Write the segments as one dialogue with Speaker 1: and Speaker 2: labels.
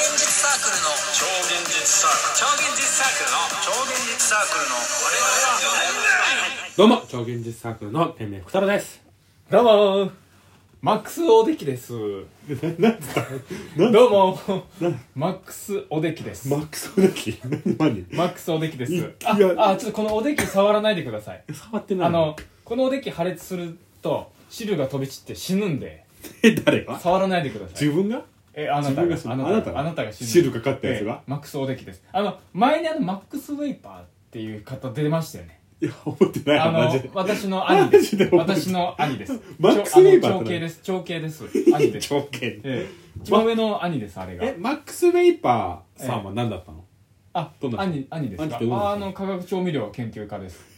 Speaker 1: クルの超現実サークル超現実サークルの超現実サークルの我々は
Speaker 2: どうも超現実サークルの天命福太郎です
Speaker 3: どうもーマックス・オデキです
Speaker 4: 何ですか
Speaker 3: どうもマックス・オデキです
Speaker 4: マックスオデキ何何
Speaker 3: マックス・オデキです
Speaker 4: い
Speaker 3: あ
Speaker 4: いや
Speaker 3: あちょっとこのおでき触らないでください
Speaker 2: 触ってない
Speaker 3: あのこのおでき破裂すると汁が飛び散って死ぬんで
Speaker 4: え誰が
Speaker 3: 触らないでください
Speaker 4: 自分が
Speaker 3: えあなた
Speaker 4: 自分
Speaker 3: が
Speaker 4: がその
Speaker 3: あな
Speaker 4: あな
Speaker 3: た
Speaker 4: た
Speaker 3: が
Speaker 4: が
Speaker 3: あなたが死ぬ
Speaker 4: 汁かかったやつが
Speaker 3: えマックス・オデキですあの前にあのマックス・ウェイパーっていう方出ましたよね
Speaker 4: いや覚えてない
Speaker 3: あ
Speaker 4: マ
Speaker 3: の
Speaker 4: ジで
Speaker 3: 私の兄で
Speaker 4: マ
Speaker 3: す
Speaker 4: ジで覚えてない
Speaker 3: 私の兄です
Speaker 4: マックスウェイパー
Speaker 3: あの
Speaker 4: って何
Speaker 3: 長兄です長兄です 兄です
Speaker 4: 条件
Speaker 3: ええ、一番上の兄ですあれが
Speaker 4: えマックス・ウェイパーさんは何だったの
Speaker 3: あ
Speaker 4: どんな人
Speaker 3: 兄兄です
Speaker 4: 兄
Speaker 3: か
Speaker 4: ってどんな人
Speaker 3: ああの化学調味料研究家です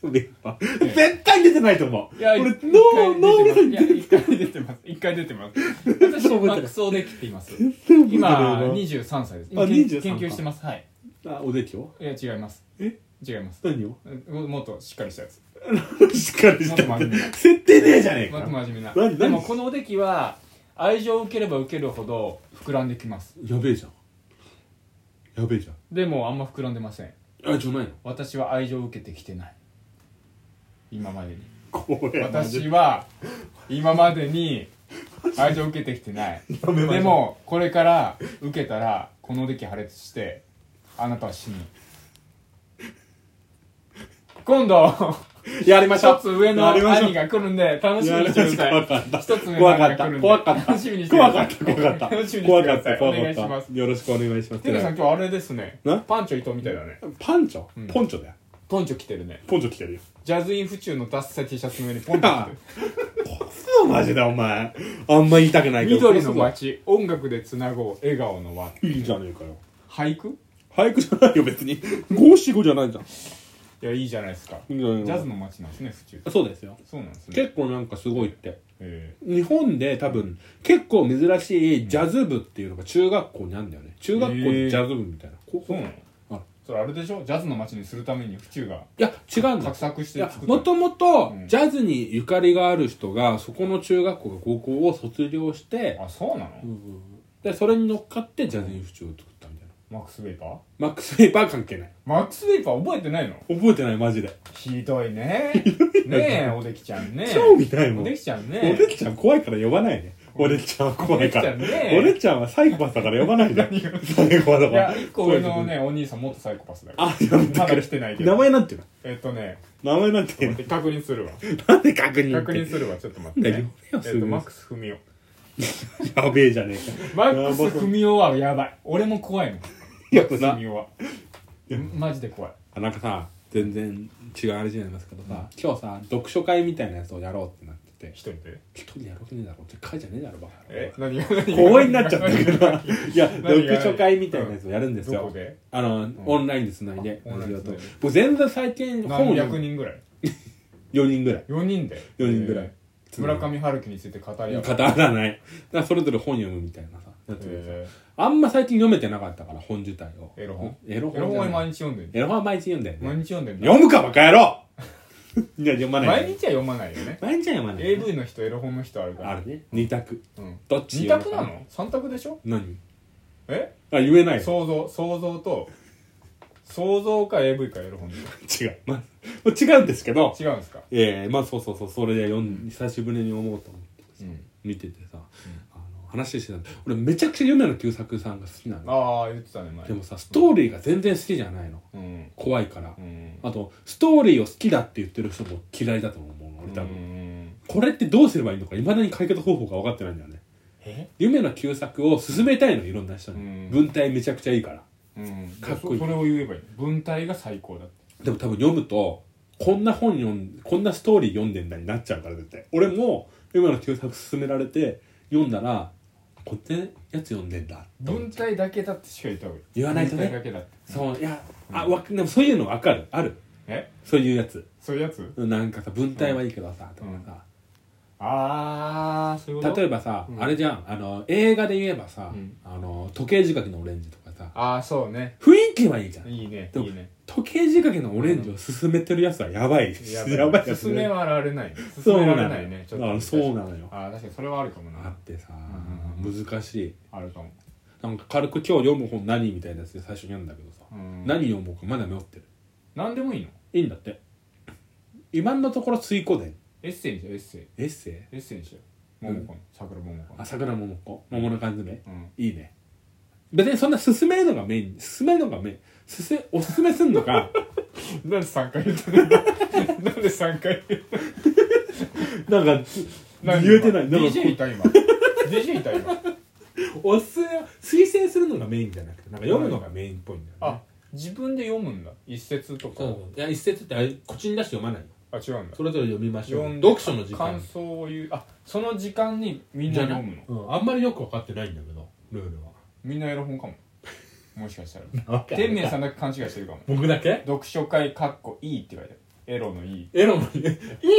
Speaker 4: ウェイパー絶対出てないと思う
Speaker 3: いや
Speaker 4: 俺
Speaker 3: 一
Speaker 4: ノ
Speaker 3: 回
Speaker 4: ーノーミ
Speaker 3: 出
Speaker 4: ス
Speaker 3: てますいや一回出てます一回出てます私マックス・オデキって言います今23歳です
Speaker 4: あ
Speaker 3: けん
Speaker 4: 23
Speaker 3: 研究してますはい
Speaker 4: あおできを
Speaker 3: いや違います
Speaker 4: え
Speaker 3: 違います
Speaker 4: 何を
Speaker 3: うんもっとしっかりしたやつ
Speaker 4: しっかりして
Speaker 3: もっと真面目な
Speaker 4: 設定ねえじゃねえ
Speaker 3: もっ
Speaker 4: か
Speaker 3: と真面目な
Speaker 4: 何何
Speaker 3: でもこのおできは愛情を受ければ受けるほど膨らんできます
Speaker 4: やべえじゃんやべえじゃん
Speaker 3: でもあんま膨らんでません
Speaker 2: あじゃないの
Speaker 3: 私は愛情を受けてきてない今までに
Speaker 4: これ
Speaker 3: 私は今までに愛情を受けてきてない
Speaker 4: めましょう
Speaker 3: でもこれから受けたらこの出来破裂してあなたは死ぬ今度
Speaker 4: やりましょう
Speaker 3: 一つ上の
Speaker 4: やりましょう
Speaker 3: 兄が来るんで楽しみにしてくだ
Speaker 4: 怖
Speaker 3: さ
Speaker 4: か
Speaker 3: い
Speaker 4: った。
Speaker 3: 一つ目の
Speaker 4: 怖か
Speaker 3: 兄が
Speaker 4: っ
Speaker 3: 来る
Speaker 4: た。
Speaker 3: んで
Speaker 4: 怖かった。
Speaker 3: 楽しみにしてくだ
Speaker 4: 怖
Speaker 3: さ
Speaker 4: か
Speaker 3: い
Speaker 4: った。怖かった。
Speaker 3: 楽しみにしてくだ
Speaker 4: 怖
Speaker 3: さい
Speaker 4: かった。
Speaker 3: お
Speaker 4: 怖
Speaker 3: 願
Speaker 4: か
Speaker 3: いしま
Speaker 4: っ
Speaker 3: す
Speaker 4: た。よろしくお願いしま
Speaker 3: てかさん
Speaker 4: す。
Speaker 3: 今日あれですね
Speaker 4: な
Speaker 3: パンチョ伊藤みたいだね
Speaker 4: パンチョポンチョだよ。
Speaker 3: ポンチョ着てるね
Speaker 4: ポンチョ着てるよ。
Speaker 3: ジャズイン府中のダッサい T シャツの上にポンチョ着てる
Speaker 4: そうマジだお前。あんま言いたくないけど。
Speaker 3: 緑の街 音楽でつなごう笑顔の輪
Speaker 4: いいじゃねえかよ。
Speaker 3: 俳句
Speaker 4: 俳句じゃないよ別に。五七五じゃないじゃん。
Speaker 3: いやいいじゃないですか
Speaker 4: いい
Speaker 3: ジ
Speaker 4: んじゃないの
Speaker 3: ャズの街なんですね府中
Speaker 2: そうですよ
Speaker 3: そうなんですね
Speaker 2: 結構なんかすごいって
Speaker 3: え
Speaker 2: 日本で多分結構珍しいジャズ部っていうのが中学校にあるんだよね中学校にジャズ部みたいな、こ
Speaker 3: ーそうなの
Speaker 2: あ
Speaker 3: それあれでしょジャズの街にするために府中が
Speaker 2: いや違うんだ
Speaker 3: 画策し
Speaker 2: い
Speaker 3: て
Speaker 2: や
Speaker 3: 作った
Speaker 2: もともと
Speaker 3: うん
Speaker 2: ジャズにゆかりがある人がそこの中学校か高校を卒業して、
Speaker 3: あそうなの、
Speaker 2: でそれに乗っかってジャズに府中を作ったみたいな
Speaker 3: マックス・ウェイパー
Speaker 2: マックス・ウェイパー関係ない
Speaker 3: マックス・ウェイパー覚えてないの
Speaker 4: 覚えてないマジで。
Speaker 3: ひどいねねえおできちゃんね
Speaker 4: 興味ないも
Speaker 3: お
Speaker 4: ん。
Speaker 3: できちゃんね
Speaker 4: おできちゃん怖いから呼ばないね。おできちゃんは怖いから。
Speaker 3: おできちゃんね
Speaker 4: おできちゃんはサイコパスだから呼ばないで。サイコパスだ
Speaker 3: い
Speaker 4: か
Speaker 3: や
Speaker 4: ら。
Speaker 3: 一個上のねお兄さんもっとサイコパスだよ
Speaker 4: あ、やめて
Speaker 3: ま
Speaker 4: く
Speaker 3: だ
Speaker 4: れ
Speaker 3: 来。てないけど
Speaker 4: 名前なんていう
Speaker 3: えっとね
Speaker 4: の名前なんていうの
Speaker 3: 待って確認するわ
Speaker 4: なんで確認って
Speaker 3: 確認するわちょっと待って、
Speaker 4: なん
Speaker 3: ね
Speaker 4: だ、呼べよす
Speaker 3: え
Speaker 4: ぐ
Speaker 3: っとマックス文雄
Speaker 4: やべえじゃねえ
Speaker 3: マ
Speaker 4: か。
Speaker 3: ックス文雄はやばい俺も怖いもん
Speaker 4: やば
Speaker 3: マックス
Speaker 4: な。
Speaker 3: 文雄はマジで怖い
Speaker 2: あなんかさ全然違うあれじゃないですけどさ、今日さ読書会みたいなやつをやろうってなってて
Speaker 3: 一人で
Speaker 2: 一人でやるわけねえだろって会じゃねえだろバカ野郎
Speaker 3: え何が何が
Speaker 4: 公園になっちゃったけど な。いや、
Speaker 3: 何が
Speaker 2: 読書会みたいなやつをやるんです
Speaker 3: どこ
Speaker 2: よ、
Speaker 3: で
Speaker 2: あのオンラインでつないで
Speaker 3: あオンラインでつないで
Speaker 2: 僕全然最近本
Speaker 3: 何
Speaker 2: を
Speaker 3: 百
Speaker 2: 読む
Speaker 3: 人ぐらい
Speaker 2: 4人ぐらい
Speaker 3: 4人で
Speaker 2: 4人ぐらい、
Speaker 3: えー村上春樹について語り合う
Speaker 2: 語らないだからそれぞれ本読むみたいなさやつでさ
Speaker 3: え
Speaker 2: あんま最近読めてなかったから本自体を
Speaker 3: エロ本
Speaker 2: エロ
Speaker 3: ーエロ本
Speaker 2: 本
Speaker 3: は
Speaker 2: じゃない
Speaker 3: 毎日読んでる
Speaker 2: エロ本は毎日読んだよね
Speaker 3: 毎日読んでる
Speaker 4: 読むかバカ野 郎いや、読まない。
Speaker 3: 毎日は読まないよね
Speaker 2: 毎日は読まない
Speaker 3: AV の人エロ本の人あるから
Speaker 2: あるね二択
Speaker 3: うん
Speaker 2: どっち
Speaker 3: 二
Speaker 2: 読
Speaker 3: 択
Speaker 2: む
Speaker 3: な
Speaker 2: か
Speaker 3: の三択でしょ
Speaker 2: 何
Speaker 3: え
Speaker 2: あ言えない
Speaker 3: 想像想像と想像か AV かエロ本
Speaker 4: 違う。まあ、違うんですけど、
Speaker 3: 違うんですか
Speaker 2: ええまあそうそうそうそれで読ん久しぶりに思おうと思って
Speaker 3: うん
Speaker 2: 見ててさ、あの話してたんだ俺めちゃくちゃ夢の久作さんが好きなの
Speaker 3: ああ言ってたね前
Speaker 2: でもさストーリーが全然好きじゃないの
Speaker 3: うん
Speaker 2: 怖いから、
Speaker 3: うん
Speaker 2: あとストーリーを好きだって言ってる人も嫌いだと思うの俺多分、
Speaker 3: うん
Speaker 2: これってどうすればいいのかいまだに解決方法が分かってないんだよね
Speaker 3: え
Speaker 2: 夢の旧作を進めたいのいろんな人に、
Speaker 3: うん
Speaker 2: 文体めちゃくちゃいいから
Speaker 3: うん
Speaker 2: かっこいい
Speaker 3: そそれを言えばいい文体が最高だって
Speaker 2: でも多分読むとこんな本読んこんなストーリー読んでんだになっちゃうから絶対俺も夢の旧作勧められて読んだらこんなやつ読んでんだと思っ
Speaker 3: 文体だけだってしか言った方がいい
Speaker 2: 言わないとね
Speaker 3: 文体だけだって
Speaker 2: そういやあわでもそういうの分かるある
Speaker 3: え
Speaker 2: そういうやつ
Speaker 3: そういうやつ
Speaker 2: なんかさ文体はいいけどさ、とかさ、
Speaker 3: ああそういうこと
Speaker 2: 例え
Speaker 3: ば
Speaker 2: ばさ、
Speaker 3: うん
Speaker 2: あれじゃんあの映画で言えばさ、
Speaker 3: うん
Speaker 2: あの時計仕掛けのオレンジとかさ
Speaker 3: ああそうね
Speaker 2: 雰囲気はいいじゃん
Speaker 3: いいね
Speaker 2: でも
Speaker 3: いいね
Speaker 2: 時計仕掛けのオレンジを勧めてるやつはやばいやばいやつ
Speaker 3: 進めはられない進
Speaker 2: そう
Speaker 3: め
Speaker 2: な
Speaker 3: られない
Speaker 2: の
Speaker 3: ね
Speaker 2: よあそうなのよ
Speaker 3: ああ確かにそれはあるかも
Speaker 2: あ
Speaker 3: な
Speaker 2: ってさ
Speaker 3: ん
Speaker 2: 難しい
Speaker 3: あるかも
Speaker 2: 「なんか軽く今日読む本何みたいなやつで最初にやるんだけどさ、
Speaker 3: うん
Speaker 2: 何読もうかまだ迷ってる
Speaker 3: 何でもいいの
Speaker 2: いいんだって今のところ追考で
Speaker 3: エッセイにしようエッセイ
Speaker 2: エッセイ
Speaker 3: エッセイにしよう桃子に桜桃子に
Speaker 2: 朝倉桃子桃の缶詰
Speaker 3: うん
Speaker 2: いいね別にそんな勧めるのがメイン勧めるのがメインすすおすすめすんの か
Speaker 3: なんで3回言ったのなんで3回言っ
Speaker 2: なんか
Speaker 3: たの
Speaker 2: 言えてないなんか
Speaker 3: DJ いた今 DJ いた今
Speaker 2: おすすめ推薦するのがメインじゃなくてなんか読むのがメインっぽいんだよね
Speaker 3: あ自分で読むんだ一節とか
Speaker 2: そういや一節ってあれ口に出して読まないよ
Speaker 3: あ違うんだ
Speaker 2: それぞれ読みましょ
Speaker 3: 読
Speaker 2: うん
Speaker 3: で
Speaker 2: 読書の時間
Speaker 3: 感想を言うあその時間にみんな読むの
Speaker 2: うん、あんまりよく分かってないんだけどルールは
Speaker 3: みんなエロ本かももしかしたら天明さんだけ勘違いしてるかも
Speaker 2: 僕だけ
Speaker 3: 読書会かっこいいって書いてあるエロのいい
Speaker 2: エロもい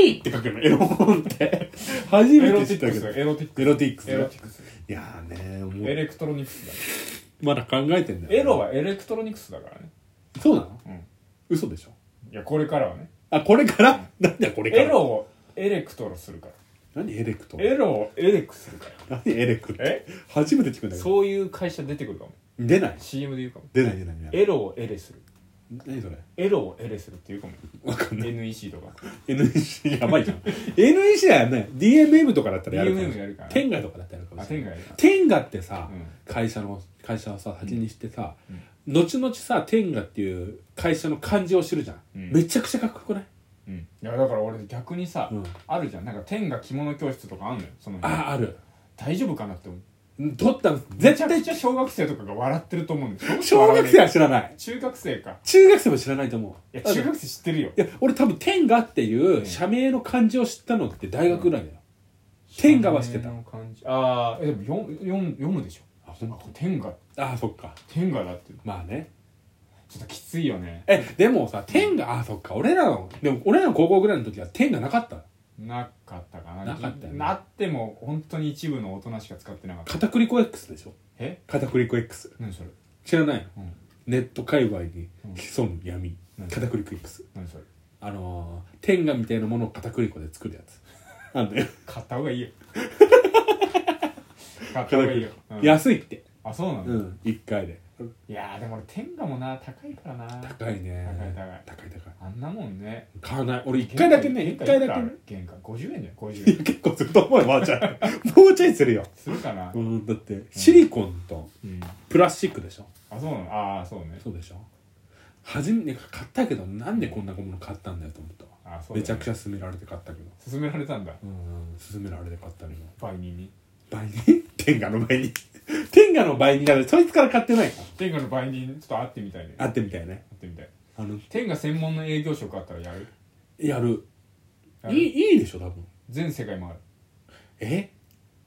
Speaker 2: いって書くのエロ本って 初
Speaker 3: エ
Speaker 2: め
Speaker 3: ロ
Speaker 2: て
Speaker 3: テ
Speaker 2: 知
Speaker 3: ィック
Speaker 2: ったけ
Speaker 3: ス
Speaker 2: ど
Speaker 3: だエロティック
Speaker 2: エロティック
Speaker 3: ス
Speaker 2: ス
Speaker 3: エロ
Speaker 2: ね
Speaker 3: ティックス
Speaker 2: いやーねも
Speaker 3: エ
Speaker 2: う
Speaker 3: レクトロニクスだ
Speaker 2: まだ考えてんだ
Speaker 3: エ
Speaker 2: よ
Speaker 3: ロはエレクトロニクスだからね
Speaker 2: そうなの、
Speaker 3: うん
Speaker 2: 嘘でしょ
Speaker 3: いやこれからはね
Speaker 2: あこれからなんだよこれから
Speaker 3: エロをエレクトロするか
Speaker 2: 何エレクト
Speaker 3: らエロをエレクするから
Speaker 2: 何エレクって
Speaker 3: え
Speaker 2: 初めて聞くんだけど
Speaker 3: そういう会社出てくるかも
Speaker 2: 出ない
Speaker 3: CM で言うかも
Speaker 2: 出ない出ない出ない
Speaker 3: エロをエレする
Speaker 2: 何それ
Speaker 3: エロをエレするっていうかも
Speaker 2: わかんない
Speaker 3: NEC とか
Speaker 2: NEC やばいじゃん NEC だよね DMM とかだったらやるかも
Speaker 3: DMM
Speaker 2: しれ
Speaker 3: や
Speaker 2: ない
Speaker 3: るから
Speaker 2: 天下とかだったらやるかも
Speaker 3: あ
Speaker 2: しれない
Speaker 3: 天外だ
Speaker 2: 天下ってさ、
Speaker 3: うん
Speaker 2: 会社の会社をさ先にしてさ、後々さ天下っていう会社の漢字を知るじゃん、
Speaker 3: うん
Speaker 2: めちゃくちゃかっこよくない、
Speaker 3: うんいやだから俺逆にさ
Speaker 2: うん
Speaker 3: あるじゃんなんか天が着物教室とかあんのよその
Speaker 2: あ
Speaker 3: 辺
Speaker 2: あある
Speaker 3: 大丈夫かなって思う
Speaker 2: 取ったの
Speaker 3: め
Speaker 2: 絶
Speaker 3: ちゃく
Speaker 2: 対
Speaker 3: ちゃ小学生とかが笑ってると思うんです
Speaker 2: 小学生は知らない
Speaker 3: 中学生か
Speaker 2: 中学生も知らないと思
Speaker 3: いうや
Speaker 2: だって
Speaker 3: 中学生知ってるよ
Speaker 2: いや俺多分天下っていう社名の漢字を知ったのって大学ぐらいだよ、天下は知ってた
Speaker 3: あの感じああでも読む読む読むでしょ
Speaker 2: あほんと
Speaker 3: 天下
Speaker 2: あそっか
Speaker 3: 天下だって
Speaker 2: まあね
Speaker 3: ちょっときついよね
Speaker 2: えでもさ天下あそっか俺らのでも俺らの高校ぐらいの時は天下なかった
Speaker 3: なかったかな
Speaker 2: なかったよね
Speaker 3: なっても本当に一部の大人しか使ってなかった
Speaker 2: 片栗粉 X でしょ
Speaker 3: え
Speaker 2: 片栗粉 X
Speaker 3: 何それ
Speaker 2: 知らないの、
Speaker 3: うん
Speaker 2: ネット界隈に潜む闇、片栗粉 X
Speaker 3: 何それ
Speaker 2: あのー、天下みたいなものを片栗粉で作るや つあんだよ
Speaker 3: 買った方 がいいよ買った方がいいよ、うん
Speaker 2: 安いって
Speaker 3: あそうなんだ、
Speaker 2: うん1回で
Speaker 3: いやーでも俺天下もな高いからな
Speaker 2: 高いね
Speaker 3: 高い高い
Speaker 2: 高い高い
Speaker 3: あんなもんね
Speaker 2: 買わない俺1回だけね1
Speaker 3: 原価
Speaker 2: 回だ
Speaker 3: 原
Speaker 2: け
Speaker 3: 価
Speaker 2: ね
Speaker 3: 原価50円じゃん50
Speaker 2: いや
Speaker 3: 円
Speaker 2: 結構すると思うよ、ばあちゃ ん。もうちょいするよ。
Speaker 3: するか な
Speaker 2: うん、だって、シリコンと
Speaker 3: うん
Speaker 2: プラスチックでしょ。
Speaker 3: あそうなのああそうね
Speaker 2: そうでしょ。初めて買ったけど、なんでこんなもの買ったんだよと思ったわ。
Speaker 3: あそうだね
Speaker 2: めちゃくちゃ勧められて買ったけど。
Speaker 3: 勧められたんだ
Speaker 2: うん、勧められて買ったけど。
Speaker 3: 売人に
Speaker 2: 倍に 天下の倍に。天下の倍にだね。そいつから買ってないか
Speaker 3: 天下の売人ちょっと会ってみたいね
Speaker 2: ら。
Speaker 3: 会
Speaker 2: 会ってみたいね。
Speaker 3: ってみたい
Speaker 2: あの、
Speaker 3: 天下専門の営業職あったらやる
Speaker 2: やる。
Speaker 3: や
Speaker 2: い
Speaker 3: る
Speaker 2: い、いいでしょ、多分。
Speaker 3: 全世界回る
Speaker 2: え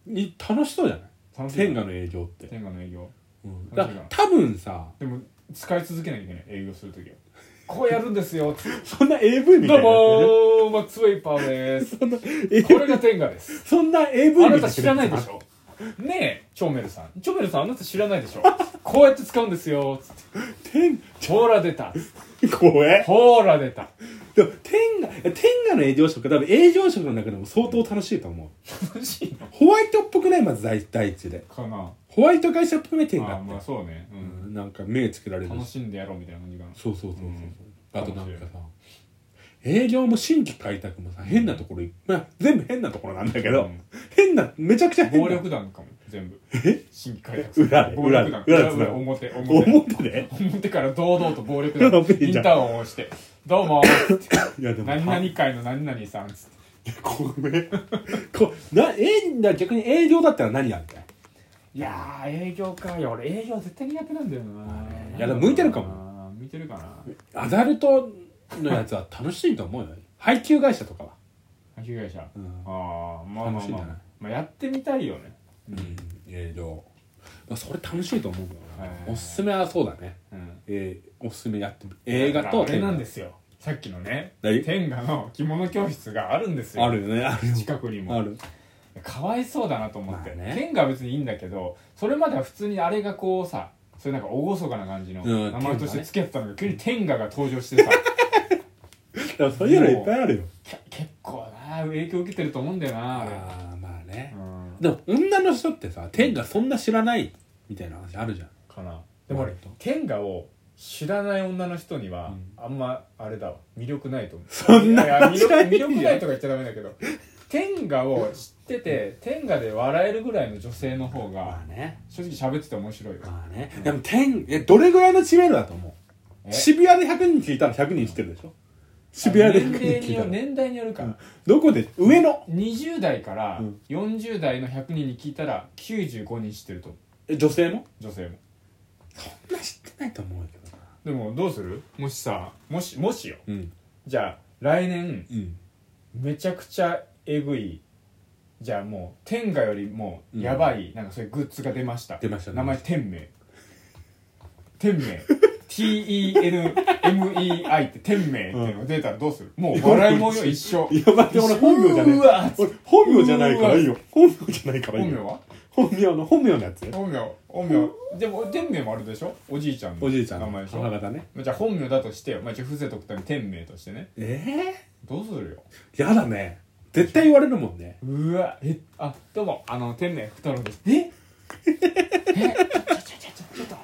Speaker 2: い楽しそうじゃない
Speaker 3: 楽しい
Speaker 2: 天下の営業って。
Speaker 3: 天下の営業
Speaker 2: うん。だ
Speaker 3: 楽しいな
Speaker 2: 多分さ、
Speaker 3: でも使い続けなきゃいけない営業する ときはこうやるんですよ
Speaker 2: そんな AV み
Speaker 3: ど
Speaker 2: たいうな。
Speaker 3: もーマックスウェイパーですこ
Speaker 2: AV
Speaker 3: れが天下です
Speaker 2: そんな AV
Speaker 3: あなた知らないでしょねえチョメルさんチョメルさんあなた知らないでしょこうやって使うんですよつって
Speaker 2: 天
Speaker 3: ほら出た
Speaker 2: 怖え
Speaker 3: ほら出た
Speaker 2: でも天下天下の営業職多分営業職の中でも相当楽しいと思う
Speaker 3: 楽しいの
Speaker 2: ホワイトっぽくないまず第第一で
Speaker 3: かな
Speaker 2: ホワイト会社っぽくない天下
Speaker 3: あ
Speaker 2: って、
Speaker 3: まあそうね、う
Speaker 2: うんんなんか目つけられる
Speaker 3: 楽
Speaker 2: し
Speaker 3: しんでやろうみたいな感じかな
Speaker 2: そうそうそうそう、
Speaker 3: うん
Speaker 2: あとなんかさ営業も新規開拓もさ変なところ、まあ、全部変なところなんだけど、
Speaker 3: うん
Speaker 2: 変なめちゃくちゃ変な
Speaker 3: 暴力団かも全部新規開拓
Speaker 2: 裏で
Speaker 3: 暴力団
Speaker 2: 裏
Speaker 3: 裏
Speaker 2: で裏で
Speaker 3: 裏表
Speaker 2: 思っ
Speaker 3: 表
Speaker 2: てね
Speaker 3: 表から堂々と暴力
Speaker 2: や
Speaker 3: 団
Speaker 2: べえ
Speaker 3: イン
Speaker 2: じゃん
Speaker 3: ターホンを押して「どうも」つって
Speaker 2: いやでも
Speaker 3: 何々会の何々さん」つって
Speaker 2: ごめんこなえだ逆に営業だったら何やるかい
Speaker 3: いやー営業かいや俺営業絶対苦手なんだよない
Speaker 2: いやでも向いてるか
Speaker 3: も向いてるかな
Speaker 2: アダルトのやつは楽しいと思うよ配給会社とかは、
Speaker 3: 被害者、
Speaker 2: うん
Speaker 3: ああまあま
Speaker 2: 楽
Speaker 3: あ
Speaker 2: しいん
Speaker 3: ま
Speaker 2: じ
Speaker 3: あ
Speaker 2: ゃない、
Speaker 3: まあ、やってみたいよね
Speaker 2: 営業それ楽しいと思うけど
Speaker 3: はい
Speaker 2: なおすすめはそうだね、
Speaker 3: うん
Speaker 2: えーおすすめやってみ映画と
Speaker 3: あれなんですよさっきのね
Speaker 2: 何
Speaker 3: 天下の着物教室があるんですよ
Speaker 2: あるよねあるよ
Speaker 3: 近くにも
Speaker 2: ある
Speaker 3: かわいそうだなと思って、
Speaker 2: まあね
Speaker 3: 天下は別にいいんだけどそれまでは普通にあれがこうさそういうなんか厳かな感じの
Speaker 2: うん
Speaker 3: 名前として付き合ってたんだけど、急に天下が登場 してさ
Speaker 2: でもそういうのいっぱいあるよ
Speaker 3: け結構な影響受けてると思うんだよなあれ
Speaker 2: ああまあね
Speaker 3: う、ん
Speaker 2: でも女の人ってさ天がそんな知らないみたいな話あるじゃん
Speaker 3: かなでも俺
Speaker 2: 割と
Speaker 3: 天下を知らない女の人には
Speaker 2: うん
Speaker 3: あんまあれだわ魅力ないと思う
Speaker 2: そんない
Speaker 3: やいや魅力
Speaker 2: ない
Speaker 3: 魅力ないとか言っちゃダメだけど天下を知ってて天下で笑えるぐらいの女性の方
Speaker 2: ま
Speaker 3: が
Speaker 2: あね
Speaker 3: 正直喋ってて面白いよ
Speaker 2: まあねでも天えどれぐらいの知名度だと思う
Speaker 3: え
Speaker 2: 渋谷で100人聞いたら100人知ってるでしょ渋谷で
Speaker 3: 年
Speaker 2: 100
Speaker 3: 齢に
Speaker 2: 人聞いた
Speaker 3: よ
Speaker 2: ら、
Speaker 3: 年代によるから
Speaker 2: どこで上の
Speaker 3: 20代から
Speaker 2: うん
Speaker 3: 40代の100人に聞いたら95人知ってると思
Speaker 2: え女性も
Speaker 3: う女性も
Speaker 2: そんな知ってないと思うけどな
Speaker 3: でもどうするもしさもしもしよ
Speaker 2: うん
Speaker 3: じゃあ来年
Speaker 2: うん
Speaker 3: めちゃくちゃえぐいじゃあもう天下よりもやばい、なんかそういうグッズが出ました
Speaker 2: 出ました
Speaker 3: 名前天明天明 TENMEI って天明っていうのが出たらどうする、もう笑いもんよ一生
Speaker 2: いや待って俺本名じゃ
Speaker 3: う
Speaker 2: ね
Speaker 3: わ
Speaker 2: え俺本名じゃないからいいよ本名じゃないからい
Speaker 3: 本
Speaker 2: い
Speaker 3: 名
Speaker 2: よ
Speaker 3: は
Speaker 2: 本名の本名のやつ
Speaker 3: 本名本名でも天明もあるでしょおじいちゃんの
Speaker 2: おじいちゃん
Speaker 3: 名
Speaker 2: の
Speaker 3: 前でし
Speaker 2: 母
Speaker 3: ょ
Speaker 2: 方ね
Speaker 3: じゃあ本名だとしてよ、まあ、一応伏せとくために天明としてね
Speaker 2: え
Speaker 3: どうするよ
Speaker 2: えやだね絶対言われるもんね
Speaker 3: うわえあどうもあの天明太郎ですええちょちょちょちょちょちょっと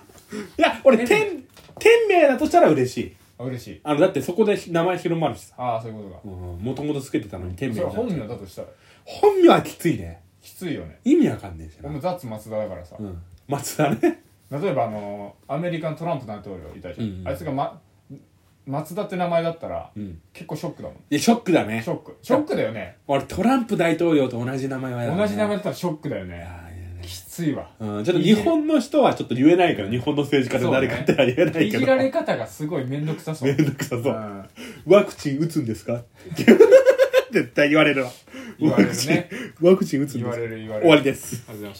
Speaker 2: いや俺天天名だとしたら嬉しい
Speaker 3: あ嬉しい
Speaker 2: あのだってそこで名前広まるしさ
Speaker 3: ああそういうことか
Speaker 2: もともとつけてたのに天名
Speaker 3: それ
Speaker 2: じゃ
Speaker 3: は
Speaker 2: ん
Speaker 3: 本名だとしたら
Speaker 2: 本名はきついね
Speaker 3: きついよね
Speaker 2: 意味わかんねえし
Speaker 3: 俺
Speaker 2: な
Speaker 3: もザッツ松田だからさ、
Speaker 2: うん松田ね
Speaker 3: 例えばあのアメリカのトランプ大統領いたじゃん、
Speaker 2: うんうん
Speaker 3: あいつが、ま、松田って名前だったら、
Speaker 2: ん
Speaker 3: 結構ショックだもん
Speaker 2: いやショックだね
Speaker 3: ショックショックだよね
Speaker 2: 俺トランプ大統領と同じ名前はやだね
Speaker 3: 同じ名前だったらショックだよね
Speaker 2: ああいやね
Speaker 3: きついわ
Speaker 2: うんちょっと日本の人はちょっと言えないから日本の政治家で誰かっては言えない
Speaker 3: い
Speaker 2: け
Speaker 3: じ
Speaker 2: ど
Speaker 3: られ方がすごい面倒くさそう
Speaker 2: めんどくさそううんワクチン打つんです か絶対言われるわ
Speaker 3: 言われるね
Speaker 2: ワクチン打つん
Speaker 3: 言
Speaker 2: で
Speaker 3: わ
Speaker 2: す
Speaker 3: れ
Speaker 2: か
Speaker 3: る言われる
Speaker 2: 終わりです
Speaker 3: ありがとうございました